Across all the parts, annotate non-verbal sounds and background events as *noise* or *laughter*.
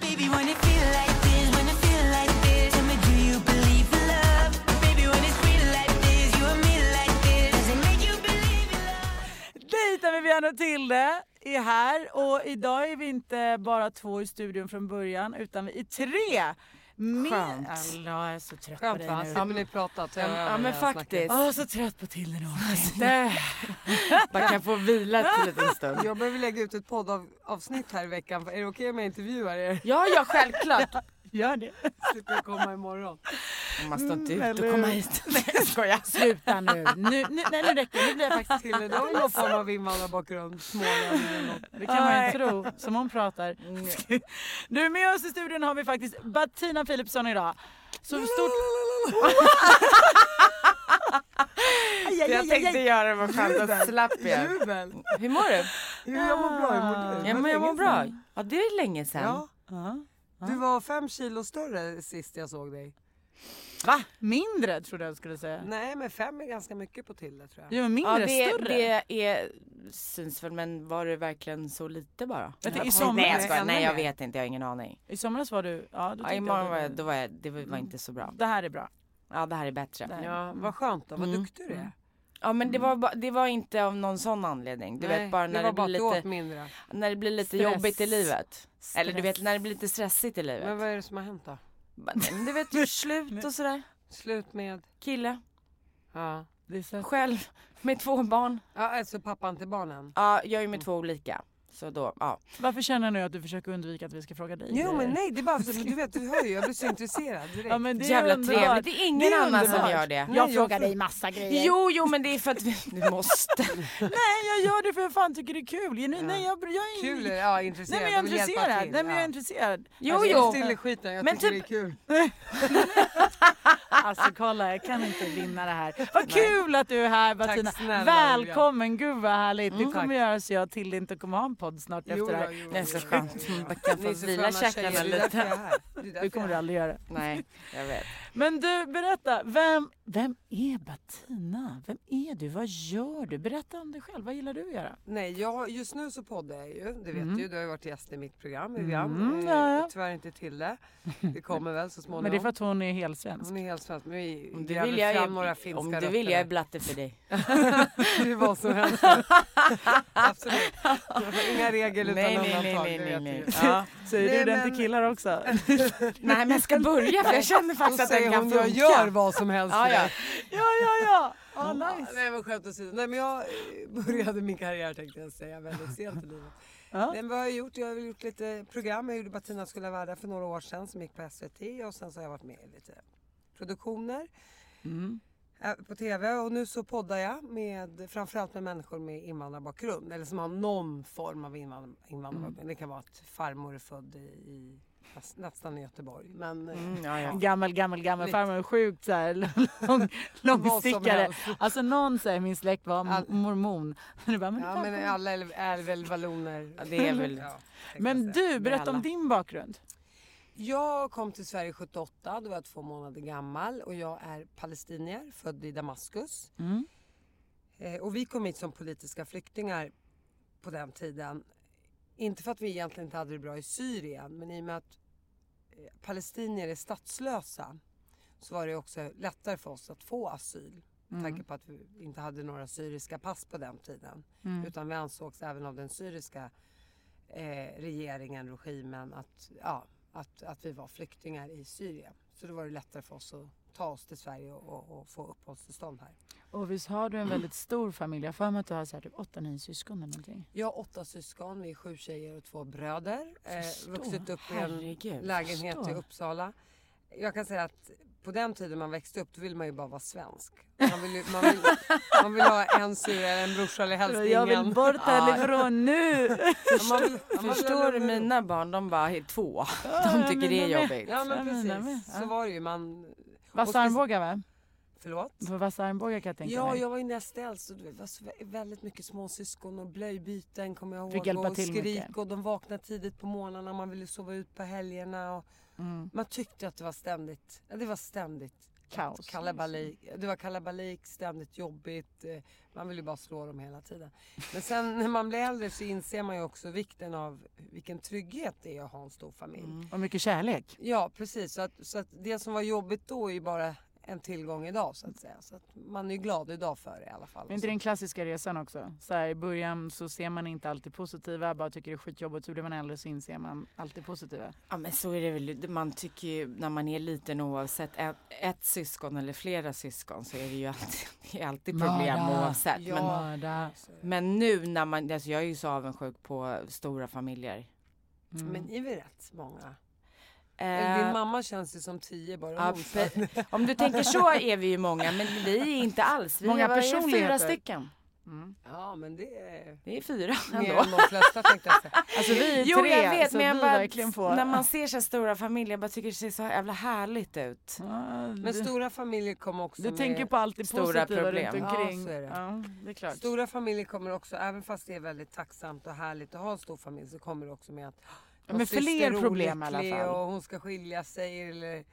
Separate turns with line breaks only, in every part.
Baby, when it feel like this, when it feel like this, tell me, do you believe in love? Baby, when it's real like this, you and me like this, does it make you believe in love?
Dejta med Björn och Tilde är här och idag är vi inte bara två i studion från början utan vi är tre. Med...
Skönt.
Alltså, jag är så trött
Skönt
på
va?
dig nu.
Ja men ni pratat. Ja, Ah,
Ja men faktiskt. Jag är så trött på Tilde nu. Man kan få vila till en liten stund.
Jag behöver lägga ut ett poddavsnitt här i veckan. Är det okej om jag intervjuar er?
Ja, ja självklart. Gör det.
*laughs* Slipper jag komma imorgon.
Man står inte
Mm,
ut och
eller
komma
hur?
hit. Nej jag skojar. Sluta nu. nu, nu nej nu räcker det. Nu blir jag faktiskt
Till idag har någon form av invandrarbakgrund. Smålänning eller något.
Det kan man ju tro, som hon pratar. *laughs* Du, med oss i studion har vi faktiskt Bettina Philipsson idag. Så stort... *laughs* Aj, aj,
Jag
aj,
tänkte
aj.
göra det var skönt att slapp jag.
Jubel!
Hur mår du?
Jo, jag mår bra. Hur mår du? Det
Ja,
var
men jag mår
länge
bra.
sedan.
Ja, det är länge sedan.
Ja.
Ja.
Du var fem kilo större sist jag såg dig.
Va? Mindre trodde jag skulle säga.
Nej men fem är ganska mycket på Tilde tror jag.
Jo, men
Ja,
mindre,
det,
större.
det är, syns väl, men var det verkligen så lite bara?
Jag tänker, i
Nej, jag
somras-
skojar. Nej, jag
mer.
vet inte. Jag har ingen aning.
I somras var du... Ja, då
Ja,
tyckte
imorgon
jag
var, jag,
att du-
då var jag, det var var inte så bra.
Det här är bra.
Ja, det här är bättre.
Ja, vad skönt då. Vad duktig du är.
Ja, men det var, ba- det var inte av någon sån anledning. Du vet, bara när
det var
det,
bara
blir
att du åt
lite,
mindre.
när det blir lite
Stress.
jobbigt i livet. Eller du vet,
Stress.
när det blir lite stressigt i livet.
Men vad är det som har hänt då?
Bara, nej, men du vet, ju slut och sådär.
Slut med?
Kille,
Ja.
Det är så...
själv, med två barn.
Ja alltså pappan till barnen.
Ja, jag är ju med två olika. Så då, ja.
Varför känner du att du försöker undvika att vi ska fråga dig?
Jo men
grejer?
nej det är bara så, men du vet du hör ju, jag blir så intresserad direkt.
Ja, men det är
Jävla
underbart.
trevligt. Det är ingen
Det är
annan som
underbart.
gör det.
Nej,
Jag frågar
tror-
dig massa grejer.
Jo, jo, men det är för att vi,
*laughs*
du måste.
Nej, jag gör det för jag fan tycker det är kul. Jag, nej, jag, jag är
Kul, är- ja
Nej
intresserad,
men jag är
vill hjälpa
intresserad.
till,
Nej men jag är
ja.
intresserad.
Jo,
Alltså,
jo.
jag stiller skiten, jag
Men
tycker
typ-
det är kul.
Alltså kolla, jag kan inte vinna det här. Vad kul att du är här Bettina.
snälla,
Välkommen, gud vad härligt. det kommer
tack.
göra så jag till inte kommer ha en podd snart
Jo,
efter det
jo,
här.
jo,
Det är
jo,
så
jo.
skönt. Man kan
Ni
få
är så
vila
sköna
käckarna
tjejer, det är därför jag är
lite.
här. Det är därför
Du kommer
jag
du
är här.
aldrig göra.
Nej, jag vet.
Men du, berätta. Vem, vem är Bettina? Vem är du? Vad gör du? Berätta om dig själv. Vad gillar du att göra?
Nej, jag, just nu så poddar jag ju. Det vet du ju. Du har ju varit gäst i mitt program, Vivian.
Mm,
Eh,
ja, ja.
Tyvärr inte till det. Det kommer väl så småningom.
Men det är för att hon är helsvensk.
Hon är helt svensk. Men vi
Om du
gräver
vill jag
fram några
är,
finska
om du vill jag är *laughs*
rötter.
blatte för dig.
Det är vad som helst. Absolut. *laughs* Inga regler utan
Nej, nej,
undantag.
nej,
det
nej,
vet du
nej,
ju.
nej. Ja.
Säger
Nej,
du den
men-
till killar
*laughs*
också?
nej, men jag ska börja för jag känner faktiskt
Då
att den
säger
kan
hon Alltså, jag
funka.
gör vad som helst
Ja,
för
ja.
dig.
Ja, ja, ja. Ah,
Ja,
nice.
Nej men skämt åsido. Nej men jag eh, började min karriär tänkte jag säga väldigt sent i livet.
Ja.
Nej, men vad har jag gjort? Jag har väl gjort lite program. Jag gjorde Bettinas gula världar för några år sedan som gick på SVT och sen så har jag varit med i lite produktioner eh, på TV och nu så poddar jag med framförallt med människor med invandrarbakgrund eller som har någon form av invandrar, invandrarbakgrund. Det kan vara att farmor är född i, i näst- nästan i Göteborg men eh,
Mm,
Ja, ja.
Gammel, gammel, gammel farmor. Sjukt så här *laughs* lång, långstickare.
helst.
Alltså någon säger min släkt var m- mormon. *laughs* Du bara, men,
Ja men alla är, är väl valloner.
Ja, det är väl-
Ja, tänkte jag
men
säga.
du, berätta om
alla.
din bakgrund.
Jag kom till Sverige 78, då var jag två månader gammal och jag är palestinier, född i Damaskus. Eh, och vi kom hit som politiska flyktingar på den tiden. Inte för att vi egentligen inte hade det bra i Syrien, men i och med att eh, palestinier är statslösa så var det också lättare för oss att få asyl. Med tanke på att vi Mm. inte hade några syriska pass på den tiden. Utan vi ansågs även av den syriska eh, regeringen, regimen, att, ja, att, att vi var flyktingar i Syrien. Så då var det lättare för oss att ta oss till Sverige och, och, och få uppehållstillstånd här.
Och visst har du en väldigt stor familj? Jag har för mig att du har så här, typ åtta, nio syskon eller någonting.
Jag har åtta syskon, vi är sju tjejer och två bröder. Eh,
Förstår.
vuxit upp i en
Herregud,
lägenhet
förstår.
i Uppsala. Jag kan säga att på den tiden man växte upp då ville man ju bara vara svensk. Man vill, ju, man vill, man vill ha en syrra, en brorsa eller helst ingen.
Jag vill bort härifrån nu!
Ja, man vill- ja, man
Förstår du
vill-
mina barn, de bara "Hej, två. De tycker det
mina
är
med.
jobbigt.
Ja men
Jag menar med.
precis, så
Ja.
var det ju. Man, Och
Vassa
speci-
armbågar va?
förlåt?
På vassa armbågar kan jag tänka
Ja,
mig.
jag var ju näst äldst och det var så vä- väldigt mycket småsyskon och blöjbyten kommer jag ihåg.
Fick hjälpa
och
till
skrik
mycket.
och de vaknade tidigt på morgnarna och man ville sova ut på helgerna. Och
Mm.
Man tyckte att det var ständigt, ja, det var ständigt
Kaos,
Kalabalik. Det var kalabalik, ständigt jobbigt. eh, Man ville ju bara slå dem hela tiden. Men sen när man blir äldre så inser man ju också vikten av vilken trygghet det är att ha en stor familj.
Och mycket kärlek.
Ja, precis. Så att, så att det som var jobbigt då är ju bara en tillgång idag så att säga. Så att man är glad idag för det i alla fall.
Men inte den klassiska resan också? Så här, I början så ser man inte alltid positiva, bara tycker det är skitjobbigt. Så blir man äldre så inser man alltid positiva.
Ja men så är det väl, man tycker ju när man är liten oavsett ett, ett syskon eller flera syskon så är det ju alltid, *laughs* det är alltid problem oavsett. Men,
Mörda.
men nu när man, alltså jag är ju så avundsjuk på stora familjer.
Mm.
Men ni är väl rätt många?
Eh,
Eller Din mamma känns ju som tio bara
ja,
hon. så att-
pe- om du
*laughs*
tänker så är vi ju många men vi är inte alls, vi
Många
är bara
personligheter.
fyra stycken.
Ja, men det är
Det är fyra
mer
ändå.
än de flesta tänkte
*laughs*
jag säga.
Alltså vi är
*laughs* Jo
tre,
jag vet
så
men jag
vi
bara,
verkligen får...
när man ser så här stora familjer, jag bara tycker det ser så jävla härligt ut.
Ja,
Men
du,
stora familjer kommer också
du
med...
tänker på allt det
stora
positiva
problem.
runt
Ja,
omkring.
så är det.
det är klart.
Stora familjer kommer också, även fast det är väldigt tacksamt och härligt att ha en stor familj så kommer det också med att
Ja, men
någon syster
fler
är
problem i alla
olycklig
fall.
och hon ska skilja sig eller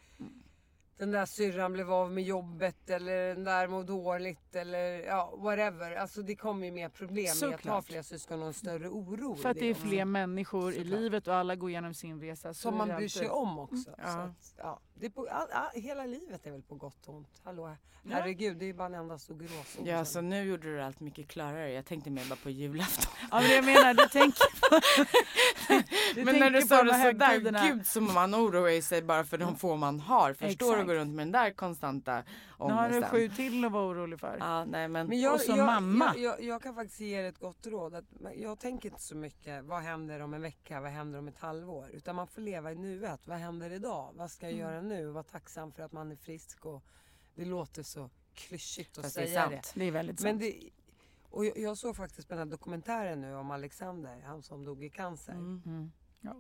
den där syrran blev av med jobbet eller den där mår dåligt eller ja, whatever. Alltså det kommer ju mer problem med att ha
Såklart.
fler syskon och en större oro. i
För att det är
också.
fler människor i livet och alla går igenom sin resa. så
Som
är
man
det
bryr sig
alltid. Mm.
om också. Så att, ja, det är på, all, all, hela livet är väl på gott och ont. Hallå, herregud, det är ju bara en enda stor gråzon.
Ja, så nu gjorde du allt mycket klarare. Jag tänkte mer bara på julafton.
Ja men jag menar, du tänker på... du
Men när
tänker
du
på
sa
de
det
här högtiderna.
sådär, gud som man oroar sig bara för de få man har. Förstår du
Exakt.
att gå runt med den där konstanta
Nu har du
ångesten.
sju till att vara orolig för.
Ja, nej men.
Men jag,
Och som
jag,
mamma.
Jag, jag, jag kan faktiskt ge er ett gott råd. Att man- jag tänker inte så mycket, vad händer om en vecka, vad händer om ett halvår? Utan man får leva i nuet. Vad händer idag? Vad ska jag
Mm.
göra nu? Var tacksam för att man är frisk och det låter så klyschigt att
Fast det är
säga det.
sant.
Det är väldigt
Men
sant.
det, och jag, jag såg faktiskt på den här dokumentären nu om Alexander, han som dog i cancer.
Mm, Ja.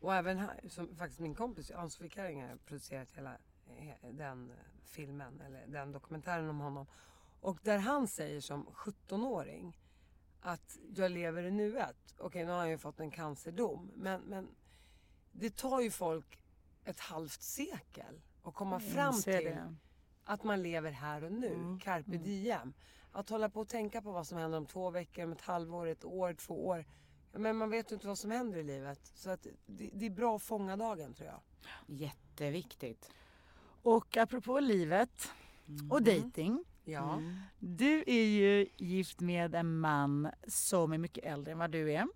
Och även här, som faktiskt min kompis Ann-Sofie Kärringer har producerat hela eh, den eh, filmen, eller den dokumentären om honom. Och där han säger som 17-åring att jag lever i nuet. Okej, nu har han ju fått en cancerdom, men, men det tar ju folk ett halvt sekel att komma fram
inser
till
Mm, det.
att man lever här och nu,
Mm.
carpe diem. Att hålla på och tänka på vad som händer om två veckor, om ett halvår, ett år, två år. Ja, Men man vet ju inte vad som händer i livet. Så att det, det är bra att fånga dagen tror jag.
Jätteviktigt.
Och apropå livet
Mm.
Mm. och dejting.
Ja.
Du är ju gift med en man som är mycket äldre än vad du är.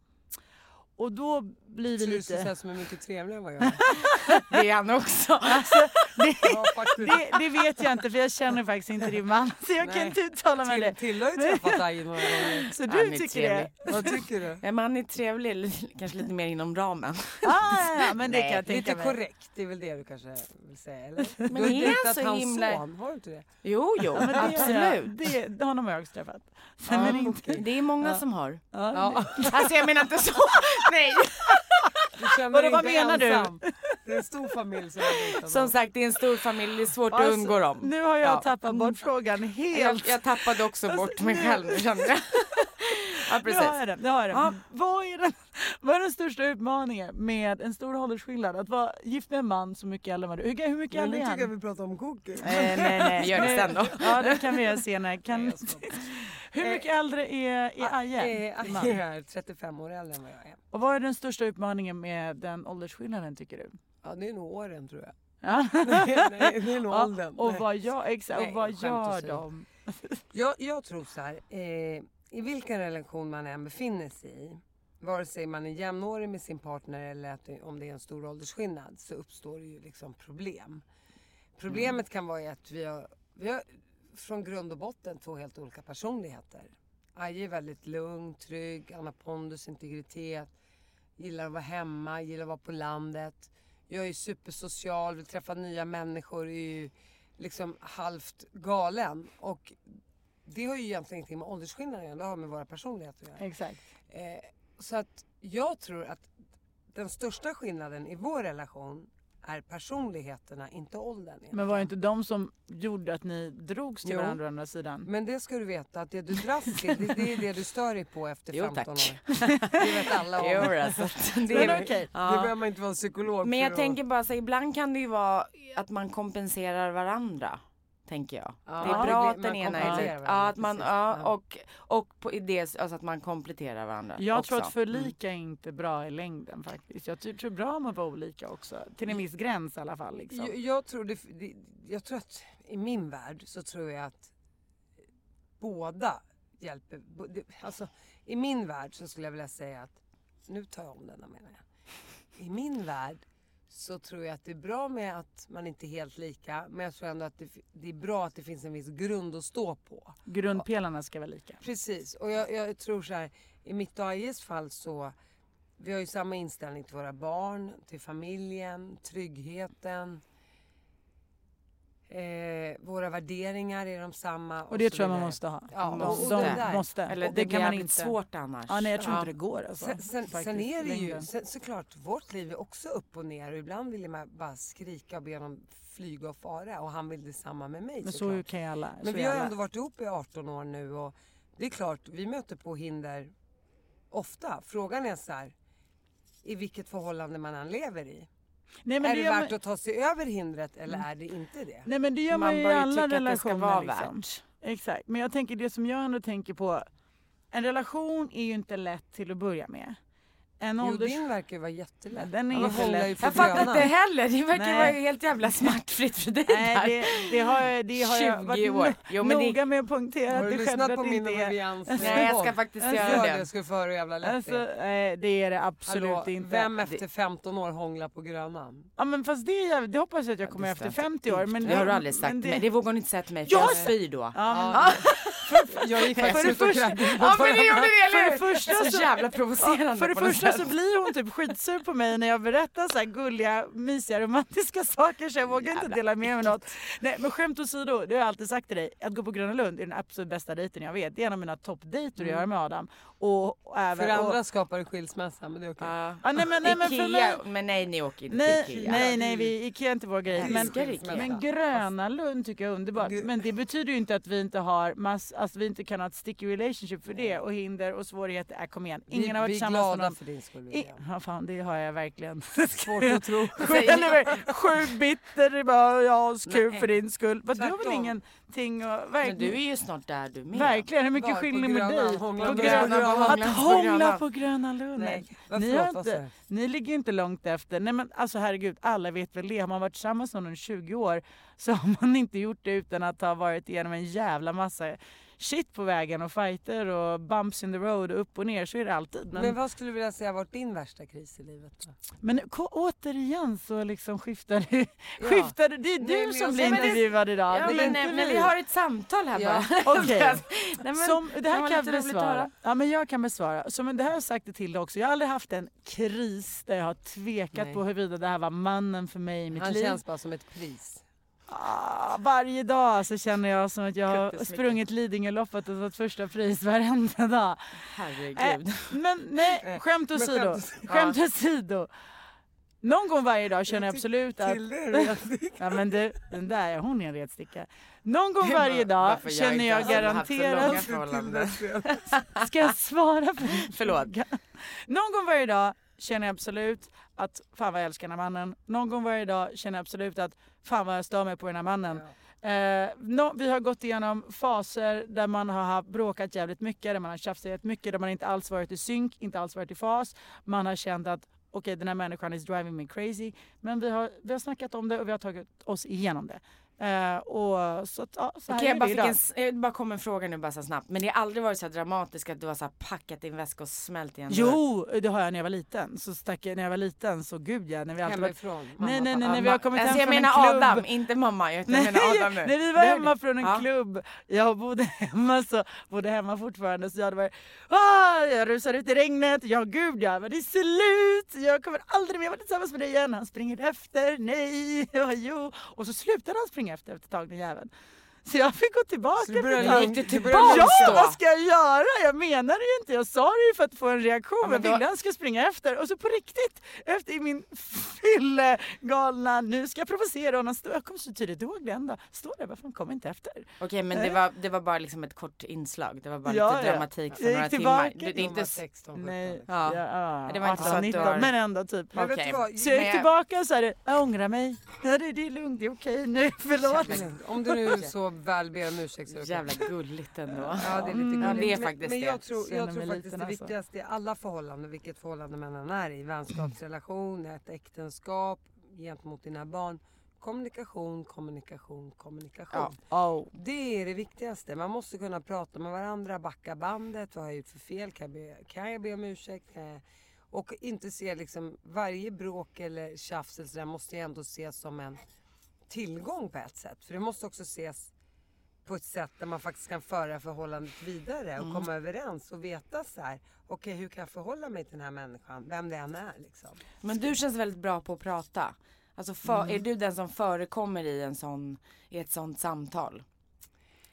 Och då blir vi
Så du ska
lite...
säga som är mycket trevligare än vad jag är.
Det är han också.
Ja, faktiskt.
*laughs* Det, det vet jag inte för jag känner faktiskt inte din man så jag kan
Nej.
inte uttala mig om
Till,
det.
till har
*laughs*
ju träffat Aje några gånger.
Så
Han
du
är
tycker det?
trevlig.
Vad tycker du?
Nej, men han är trevlig, li- kanske lite mer inom ramen.
Ah, ja, men det kan jag tänka
Lite
mig.
korrekt, det är väl det du kanske vill säga? Eller? Men du
är
har
han
dejtat
så
hans
himla-
son, har du inte det?
Jo, *laughs* jo,
Ja, men det-
absolut.
Det, det, honom har jag också träffat. Sen är det inte...
Det är många som har.
Ja.
Alltså jag menar inte så. *laughs* Nej.
Du känner
Vadå,
dig
vad
inte
menar du?
ensam. Det är en stor familj som har
*laughs*
dejtat
Som
honom.
sagt, det är en stor familj, det är svårt att
Alltså,
undgå dem.
Nu har jag
Ja.
tappat bort frågan helt. Alltså,
Jag, jag tappade också bort mig själv kände
*laughs*
jag. Ja,
Nu
precis.
har jag den. Nu har jag den. Vad, är den vad är den största utmaningen med en stor åldersskillnad? Att vara gift med en man så mycket äldre än vad du Hur, hur mycket
Men
äldre
nu
är
tycker jag
han?
vi pratar om cookies.
Eh, Nej, nej, *laughs* nej.
Vi gör det sen då.
Ja, det kan vi göra senare. Kan... *laughs* Hur mycket äldre är, är Aje?
Eh,
man?
Aje *laughs* är 35 år äldre än vad jag är.
Och vad är den största utmaningen med den åldersskillnaden tycker du?
Ja, det är nog åren tror jag.
Ja.
*laughs* Nej, det är nog
Ja,
åldern.
och
Nej.
vad, jag, exakt, och
Nej,
vad
skämt åsido.
gör de?
Jag, jag tror så här, eh, i vilken relation man än befinner sig i vare sig man är jämnårig med sin partner eller att det, om det är en stor åldersskillnad så uppstår det ju liksom problem. Problemet kan vara ju att vi har, vi har från grund och botten två helt olika personligheter. Aje är väldigt lugn, trygg, han har pondus, integritet, gillar att vara hemma, gillar att vara på landet. Jag är supersocial, vill träffa nya människor, är ju liksom halvt galen. Och det har ju egentligen ingenting med åldersskillnaden att göra, det har med våra personligheter att göra.
Exakt.
Eh, så att jag tror att den största skillnaden i vår relation är personligheterna, inte åldern. egentligen.
Men var det inte de som gjorde att ni drogs till
Jo.
varandra å andra sidan?
Men det ska du veta att det du dras till, det, det är det du stör dig på efter
Jo,
15
tack.
år. Det vet alla om.
*laughs* Jo, alltså, det
Men
är-
okej.
Ja.
Det behöver man inte vara psykolog
Men jag
för att-
tänker bara så här, ibland kan det ju vara att man kompenserar varandra. Tänker jag.
Ja,
det är
det
bra
blir-
att den
man
ena är
kompletterar
lite,
varandra,
ja, att man,
precis.
ja,
Ja.
och, och på, i det, alltså att man kompletterar varandra
Jag
också.
tror att för lika är inte bra i längden faktiskt. Jag ty- tror bra om att vara olika också. Till en viss gräns i alla fall. Liksom.
Jag, jag, tror det, det, jag tror att i min värld så tror jag att båda hjälper. bo- det- Alltså i min värld så skulle jag vilja säga att, nu tar jag om denna menar jag. I min värld så tror jag att det är bra med att man inte är helt lika men jag tror ändå att det, f- det är bra att det finns en viss grund att stå på.
Grundpelarna ska vara lika.
Precis, och jag, jag tror så här, i mitt och Ajes fall så, vi har ju samma inställning till våra barn, till familjen, tryggheten. Eh, våra värderingar är de samma.
Och det
så
tror jag man
vidare.
måste ha.
Ja,
De-
och- och
de
det där.
måste.
Mm. Eller
Och
det, kan man inte. svårt annars.
Ja, nej, jag tror inte det går. Alltså,
Sen, sen, sen
faktiskt,
är det ju
längre.
sen, såklart, vårt liv är också upp och ner och ibland vill man bara skrika och be honom flyga och fara och han vill detsamma med mig
Men
såklart.
så kan ju alla.
Men
så
vi
är
har
alla.
ändå varit ihop i 18 år nu och det är klart, vi möter på hinder ofta. Frågan är så här, i vilket förhållande man än lever i.
Nej, men
är
det
det
gör
värt
man- Mm.
att ta sig över hindret eller är det inte det?
Nej men det gör man,
Man
ju i
bör ju
alla
tycka att det ska
relationer.
vara
liksom.
värt.
Exakt. Men jag tänker det som jag ändå tänker på. En relation är ju inte lätt till att börja med. En
Jo,
ålders...
din verkar ju vara jättelätt.
Den är
Annars
inte
håller
lätt.
ju på
Jag fattar
grönan.
inte heller. Det verkar
Nej.
vara helt jävla smärtfritt för dig där.
Nej, det, det har jag, det har jag
20
varit
år.
no-
Jo, men det-
noga med att poängtera.
Har
att
du
det
lyssnat
självklart
på min och
inte är-
Vivians
Nej, jag ska faktiskt göra
Gör det,
det.
jag ska få höra hur jävla lätt
Alltså,
det är.
eh, det är det absolut
Hallå,
inte.
vem efter 15 år hånglar på Grönan?
Ja men fast det, är jävligt- det hoppas jag att jag kommer
Det
efter
stör inte
50 år. Men
Det har du aldrig sagt
men
till mig. Det vågar hon inte säga till mig för
Jag har
jag
sagt-
spyr då.
Ja,
Jag gick
men, för det
faktiskt ut och
första,
kräkte på
Ja men det gjorde
varandra.
det eller
för
hur?
det första
så,
så-
jävla
Ja,
provocerande
för det
på något
första
sätt.
så blir hon typ skitsur på mig när jag berättar så här gulliga, mysiga, romantiska saker så jag vågar inte dela med mig något. Nej, men skämt åsido, det har jag alltid sagt till dig. Att gå på Gröna Lund är den absolut bästa dejten jag vet. Det är en av mina toppdejter
Mm.
att göra med Adam. Och, och även...
För andra
och,
skapar det skilsmässa, men det är okej.
Ja.
ja, nej, men, nej, men för mig,
Ikea, men nej ni åker inte till
Nej,
Ikea.
nej, nej, vi, Ikea är inte vår grej.
Jag
Men,
älskar Ikea.
men
Alltså.
Gröna Lund tycker jag är underbart.
Gud.
Men det betyder ju inte att vi inte har mass, alltså vi inte kan ha ett sticky relationship för det och hinder och svårigheter. Äh, kom igen, ingen
vi,
har varit
vi är
tillsammans med
glada
någon.
för din skull,
I,
Vivian.
ja, fan, det har jag
*laughs*
verkligen.
Svårt att
*laughs*
tro.
Sju bitter, det är bara jag har kul
Nej.
för din skull. Vad, Du har väl
Tvärtom.
ingenting att...
Men du är
Verkligen,
ju snart där du med.
verkligen hur mycket
Var? På
skiljer med
Grönan?
dig?
Hångla
På
på
Gröna-
Grönan?
Att
Hångla på
hångla
Grönan.
på Gröna Lund.
Nej, vad-
Ni,
förlåt,
har
vad sa
inte,
jag?
ni ligger inte långt efter. Nej men alltså herregud, alla vet väl det. Har man varit tillsammans med någon i 20 år så har man inte gjort det utan att ha varit igenom en jävla massa shit på vägen och fighter och bumps in the road och upp och ner. Så är det alltid. Men,
Men
men,
vad skulle du vilja säga varit din värsta kris i livet? Då?
ko- återigen så liksom skiftar det. skiftar det. Det är du
men
som
jag-
blir
Nej, men det-
intervjuad idag.
Ja,
det är
men,
inte
nej, men vi har ett samtal här
Ja.
bara.
*laughs* Okej.
*laughs* Nej, men,
Som, det här
var
kan jag
lite roligt att
besvara.
höra.
Ja, men jag kan besvara. Så, men det här har jag sagt det till dig också. Jag har aldrig haft en kris där jag har tvekat
Nej.
på huruvida det här var mannen för mig i mitt
Han
liv.
känns bara som ett pris.
Ah, varje dag så känner jag som att jag har
Kuttesmycken.
sprungit Lidingöloppet och fått första pris varenda dag.
Herregud.
Eh, men
Eh,
nej, skämt
men
åsido.
skämt
*laughs* Skämt åsido. Någon gång varje dag känner jag absolut att...
Kille är redig.
*laughs* Ja men du, den där ja, hon är en retsticka. Någon gång
Bara-
varje dag
varför jag
känner
inte
jag
har haft så långa
garanterat...
förhållanden.
*laughs* Ska jag svara på din
Förlåt.
fråga? Någon gång varje dag känner jag absolut att fan vad jag älskar den här mannen. Någon gång varje dag känner jag absolut att fan vad jag stör mig på den här mannen. Eh, nå- vi har gått igenom faser där man har haft, bråkat jävligt mycket, där man har tjafsat jävligt mycket, där man inte alls varit i synk, inte alls varit i fas. Man har känt att okej den här människan is driving me crazy. Men vi har, vi har snackat om det och vi har tagit oss igenom det. Eh, och så, att, ja, så här
Okej, jag
är
bara,
det
fick
idag.
en, s- eh, bara kom en fråga nu bara så snabbt. Men det har aldrig varit så här dramatiskt att du har så här packat din väska och smält igen?
Jo, det har jag när jag var liten. Så stack jag, när jag var liten så gud ja, när vi alltid var...
Hemifrån. mamma
Nej,
och
nej, nej,
pappa.
när vi har kommit hem
alltså, jag
från en
menar
klubb.
Adam, inte mamma. Jag
Nej,
menar Adam nu.
när vi var
Du hörde?
hemma från en
Ja.
klubb, jag bodde hemma, så, bodde hemma fortfarande, så jag hade varit ah, jag rusar ut i regnet, ja gud ja, men det är slut, jag kommer aldrig mer vara tillsammans med dig igen, han springer efter, nej, *laughs* ja, jo. Och så slutade han springa efter efter ett tag den jäveln. Så jag fick gå tillbaka.
Så
efter
du
ett
började
tag.
lite
började
Ja,
tillbaka.
långstå.
vad ska jag göra? Jag menade ju inte, jag sa det ju för att få en reaktion.
Ja, men
jag
då-
ville han skulle springa efter och så på riktigt, efter i min fyllegalna, nu ska jag provocera honom. Stå, jag kommer så tydligt ihåg det ändå. Står där, varför han kom inte efter?
Okej, men det var, det var bara liksom ett kort inslag. Det var bara
Ja,
lite
ja.
dramatik för
Jag gick
några timmar.
tillbaka.
Du, det är
De var
inte... s-
16, 17.
Nej,
liksom.
ja.
Ja.
Ja,
Det var inte så
18,
att du
19,
har-
men ändå typ.
Men vet
Okej.
du vad?
Så jag
men
gick
jag-
tillbaka och så här, jag ångrar mig. Ja, det, det är lugnt, det är okej nu, *laughs* förlåt.
Om du *laughs* nu så väl ber om ursäkt så är det okej.
Jävla gulligt ändå.
Ja, det är
Mm.
lite
Mm. Ja,
gulligt.
det är
Men-
faktiskt
men
det.
jag tror,
Känner
jag
mig
tror faktiskt
liten
det
alltså.
viktigaste i alla förhållanden, vilket förhållande man än är i, vänskapsrelation, ett äktenskap, gentemot dina barn. Kommunikation, kommunikation, kommunikation.
Oh.
Det är det viktigaste. Man måste kunna prata med varandra, backa bandet. Vad har jag gjort för fel? Kan jag be, kan jag be om ursäkt? Kan jag... Och inte se liksom varje bråk eller tjafs eller sådär måste ju ändå ses som en tillgång på ett sätt. För det måste också ses på ett sätt där man faktiskt kan föra förhållandet vidare och
Mm.
komma överens och veta så här. Okej, hur kan jag förhålla mig till den här människan? Vem det än är liksom.
Men du känns väldigt bra på att prata. Alltså för, är du den som förekommer i, en sån, i ett sånt samtal?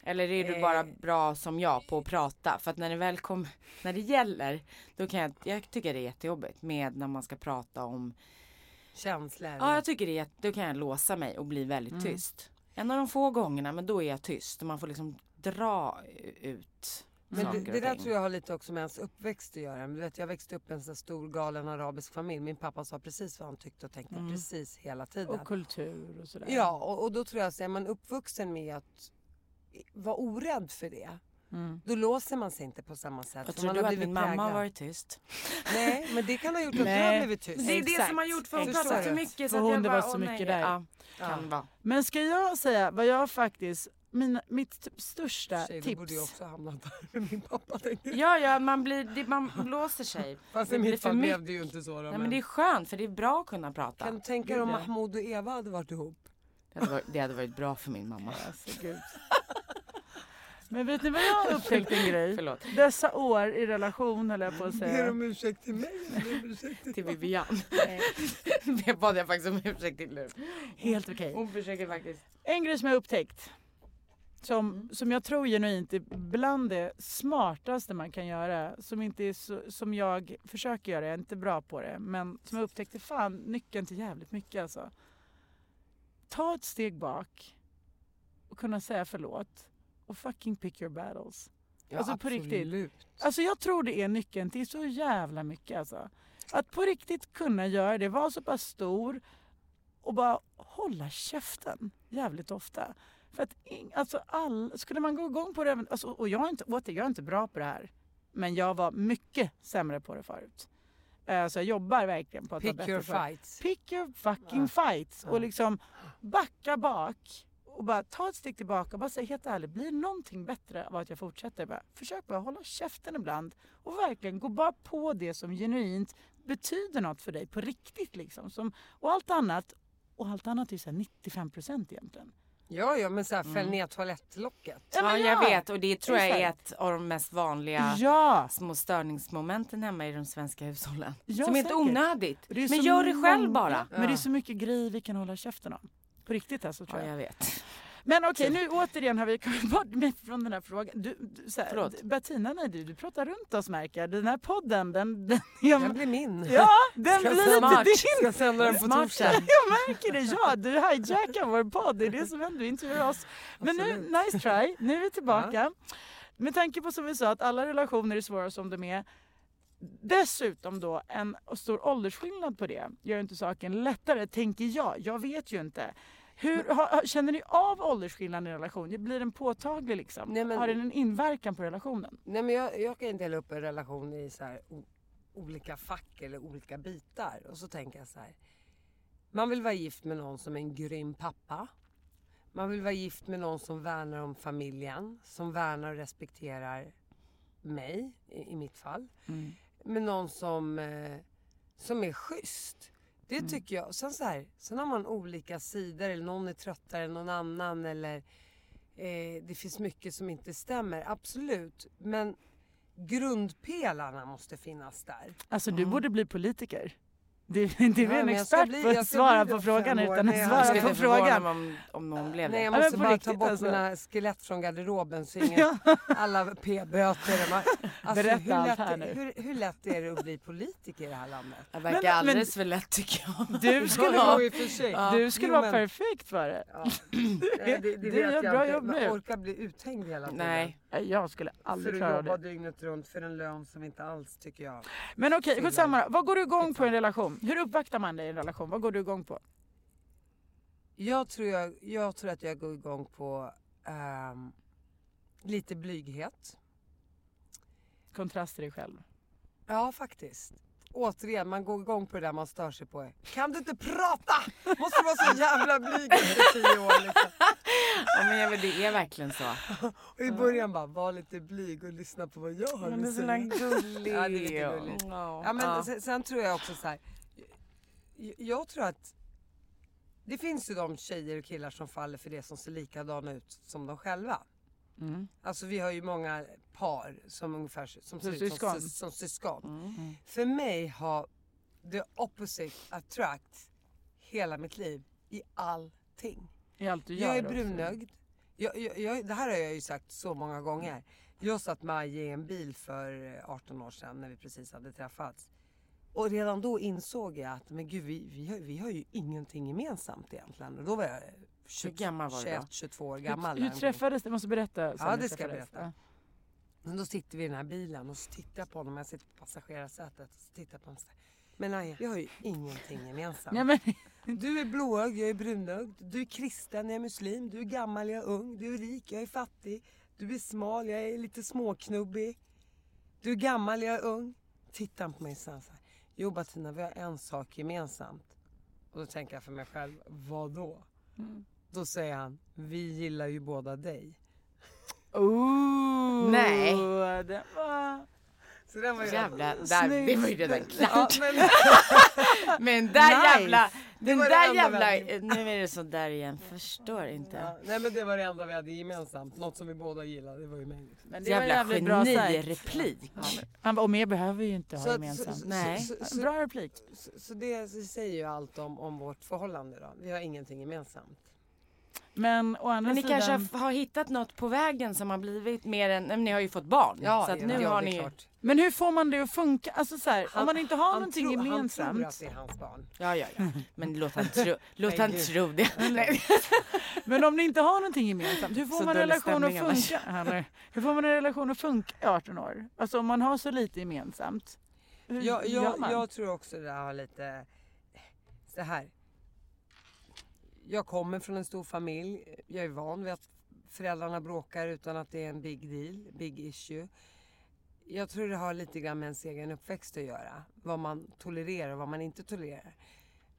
Eller är du bara bra som jag på att prata? För att när det väl kom, när det gäller, då kan jag, jag tycker det är jättejobbigt med när man ska prata om,
Känslor.
ja jag tycker det är, jätte- då kan jag låsa mig och bli väldigt tyst. En av de få gångerna, men då är jag tyst och man får liksom dra ut
Men det,
saker
det
och
där
ting.
tror jag har lite också med ens uppväxt att göra. Men Du vet, jag växte upp i en så här stor galen arabisk familj. Min pappa sa precis vad han tyckte och tänkte
Mm.
precis hela tiden.
Och kultur och sådär.
ja, och, och då tror jag så är man uppvuxen med att i- vara orädd för det. Då låser man sig inte på samma sätt.
Och
för
Mm. tror
man
du
har
att
blivit
min mamma har
präglad.
varit tyst?
Nej, men det kan ha gjort att du
Nej.
har blivit tyst.
Det är det
Exakt,
som har gjort för hon
exakt.
pratar för mycket.
För
att
hon,
jag
det
bara,
var så
åh,
mycket där.
nej. Ja, kan vara.
Men ska jag säga vad jag faktiskt, mina, mitt typ största
Tjej, vi
tips.
borde ju också ha hamnat där med min pappa. tänkte jag.
Ja, ja, man blir, det, man låser *laughs* sig.
Fast i
det blir
mitt
för
fall
mycket.
blev det ju inte så. Då,
Nej men det är skönt för det är bra att kunna prata.
Kan du tänka dig om Mahmoud och Eva hade varit ihop?
Det, hade varit, det hade varit bra för min *laughs* mamma.
Alltså, gud. *laughs* Men vet ni vad jag har upptäckt en grej?
Förlåt.
Dessa år i relation höll jag på att
Ber
säga.
om ursäkt till mig? Ber om ursäkt till
Till Vivian. *laughs* det bad jag faktiskt om ursäkt till nu.
Helt okej.
Hon försöker faktiskt.
En grej som jag har upptäckt som, som jag tror genuint är bland det smartaste man kan göra som, inte är så, som jag försöker göra, jag är inte bra på det men som jag upptäckte fan nyckeln till jävligt mycket alltså. Ta ett steg bak och kunna säga förlåt och fucking pick your battles.
Ja,
alltså på riktigt.
absolut.
Alltså jag tror det är nyckeln till så jävla mycket alltså. Att på riktigt kunna göra det, vara så pass stor och bara hålla käften jävligt ofta. För att ing- alltså all, skulle man gå igång på det, även- alltså, och jag är, inte, åter, jag är inte bra på det här, men jag var mycket sämre på det förut. Eh, Så jag jobbar verkligen på att vara
Pick
bättre
your
på det.
fights.
Pick your fucking fights och liksom backa bak och bara ta ett steg tillbaka och bara säga helt ärligt, blir någonting bättre av att jag fortsätter? Bara, försök bara hålla käften ibland och verkligen gå bara på det som genuint betyder något för dig på riktigt liksom. Som, och allt annat, och allt annat är ju så här 95 procent egentligen.
Ja, ja, men så här, fäll ner toalettlocket.
Ja,
men
jag vet och det tror jag är
Exakt.
ett av de mest vanliga
Ja!
små störningsmomenten hemma i de svenska hushållen.
Ja,
Som är helt
säkert.
onödigt.
Och det är
men
så
gör det själv
många-
bara.
Men det är så mycket grejer vi kan hålla käften om. På riktigt alltså tror
Ja,
jag.
jag vet.
Men okej, nu återigen har vi kommit bort med- från den här frågan. Du, du, så här,
Förlåt.
Bettina, nej du, du pratar runt oss märker jag. Den här podden, den... den jag,
Den blir min.
ja,
*laughs*
den blir lite
Smart.
din.
Ska jag sända den på
Smart
torsdag?
*laughs*
sen.
Jag märker det, ja. Du hijackar vår podd, det är det som händer. Du intervjuar oss. Men nu, nice try. Nu är vi tillbaka. Med tanke på som vi sa att alla relationer är svåra som de är. Dessutom då en stor åldersskillnad på det gör ju inte saken lättare, tänker jag. Jag vet ju inte. Hur, har- har- känner ni av åldersskillnaden i relation? Blir den påtaglig liksom?
Nej, men-
Har den en inverkan på relationen?
Nej, men jag, jag kan ju dela upp en relation i så här, o, olika fack eller olika bitar. Och så tänker jag så här. Man vill vara gift med någon som är en grym pappa. Man vill vara gift med någon som värnar om familjen, som värnar och respekterar mig i, i mitt fall. Med någon som, eh, som är schysst. Det tycker jag. Och Sen, så här, sen har man olika sidor, eller någon är tröttare än någon annan eller eh, det finns mycket som inte stämmer. Absolut. Men grundpelarna måste finnas där.
Alltså du borde bli politiker. Du, du är
Ja,
en
Mm. men jag ska
expert
bli-
på att
jag ska
svara
bli
på
det
frågan
fem år.
utan
Nej,
att
jag
svara
skulle
på
inte förvåna
frågan.
mig om, om någon blev
Nej,
det.
jag
men på
måste bara ta
riktigt,
bort
alltså.
mina skelett från
*laughs*
garderoben så ingen, alla p-böter. och man- Alltså,
Berätta
hur
allt
lätt,
här nu.
Hur, hur lätt är det att bli politiker i det här landet?
Det
Men-
verkar
men-
alldeles för lätt tycker jag.
Du skulle,
*laughs* Ja,
vara,
i och för sig.
du skulle
Jo,
vara
men-
perfekt för det.
Ja. Nej, det,
Du
det
gör
vet
ett bra
jag inte.
jobb nu.
Man orkar bli uthängd hela tiden.
Nej.
Nej, Jag skulle
För
aldrig klara
att jobba
det.
dygnet runt för en lön som inte alls tycker jag.
Men okej, skitsamma då. Vad går du igång på i en relation? Hur uppvaktar man dig i en relation? Vad går du igång på?
Jag tror, jag, jag tror att jag går igång på ehm, lite blyghet.
Kontrast till dig själv.
Ja, faktiskt. Återigen, man går igång på det där man stör sig på. Kan du inte prata? Måste du vara så jävla blyg efter tio år liksom.
Ja, men jag, vet, det är verkligen
*laughs*
så.
Och i början bara, var lite blyg och lyssna på vad jag har att säga.
gullig.
Ja, det är lite gulligt. Ja, men sen, sen tror jag också så här. Jag, jag tror att det finns ju de tjejer och killar som faller för det som ser likadana ut som de själva.
Mm.
Alltså vi har ju många par som ungefär som
Som
ser ut som,
syskon. Mm.
sys- som syskon. För mig har the opposite attract hela mitt liv i allting.
I allt du
Jag
gör
är
också.
brunögd. Jag, jag, jag, det här har jag ju sagt så många gånger. Jag satt Maj i en bil för eh, 18 år sedan när vi precis hade träffats. Och redan då insåg jag att men gud, vi, vi, har, vi har ju ingenting gemensamt egentligen. Och då var jag
Hur gammal var du då?
21-22 år gammal.
Hur, hur
där
träffades ni? måste berätta. sen
Ja,
ni
det ska jag
träffades.
berätta. men då sitter vi i den här bilen och så tittar jag på honom. Jag sitter på passagerarsätet och så tittar jag på honom. så här, Men nej, vi har ju ingenting gemensamt.
Nej, men,
Du är blåögd, jag är brunögd. Du är kristen, jag är muslim. Du är gammal, jag är ung. Du är rik, jag är fattig. Du är smal, jag är lite småknubbig. Du är gammal, jag är ung. Tittar han på mig sen så här. Jo Bettina, vi har en sak gemensamt. Och då tänker jag för mig själv, vad då?
Mm.
Då säger han, vi gillar ju båda dig. Mm.
oh,
Nej.
Det var...
Så den var ju
Jävla, där, det var ju redan
Ja,
klart.
men, *laughs*
Men
Nice.
där jävla, den
var det
där
enda
jävla,
vägen.
nu är det så där igen, förstår inte.
ja, nej men det var det enda vi hade gemensamt. Något som vi båda gillade, det var ju mig. liksom.
Men det var
Jävla
jävligt bra sagt.
genireplik.
Han bara, och mer behöver vi ju inte ha
Så-
gemensamt.
så-
Nej.
så- så-
En Bra replik.
Så, så det säger ju allt om, om vårt förhållande då. Vi har ingenting gemensamt.
Men å andra
Men ni
sidan...
kanske har- har hittat något på vägen som har blivit mer än, nej, men ni har ju fått barn. så att nu har ni ju,
Men hur får man det att funka? Alltså så här, om man inte har någonting
tror- Han tror att
gemensamt.
det är hans barn.
ja ja ja. Men låt han tro, låt han
gud.
tro det. Nej.
Men om ni inte har någonting gemensamt, hur får
Så
man en
dålig
relation att
stämning annars.
funka?
*laughs*
Ja, nej. Hur får man en relation att funka i 18 år? Alltså om man har så lite gemensamt. Hur
Jag,
gör
jag,
man?
jag tror också det har lite... Så här. Jag kommer från en stor familj. Jag är van vid att föräldrarna bråkar utan att det är en big deal, big issue. Jag tror det har lite grann med ens egen uppväxt att göra. Vad man tolererar och vad man inte tolererar.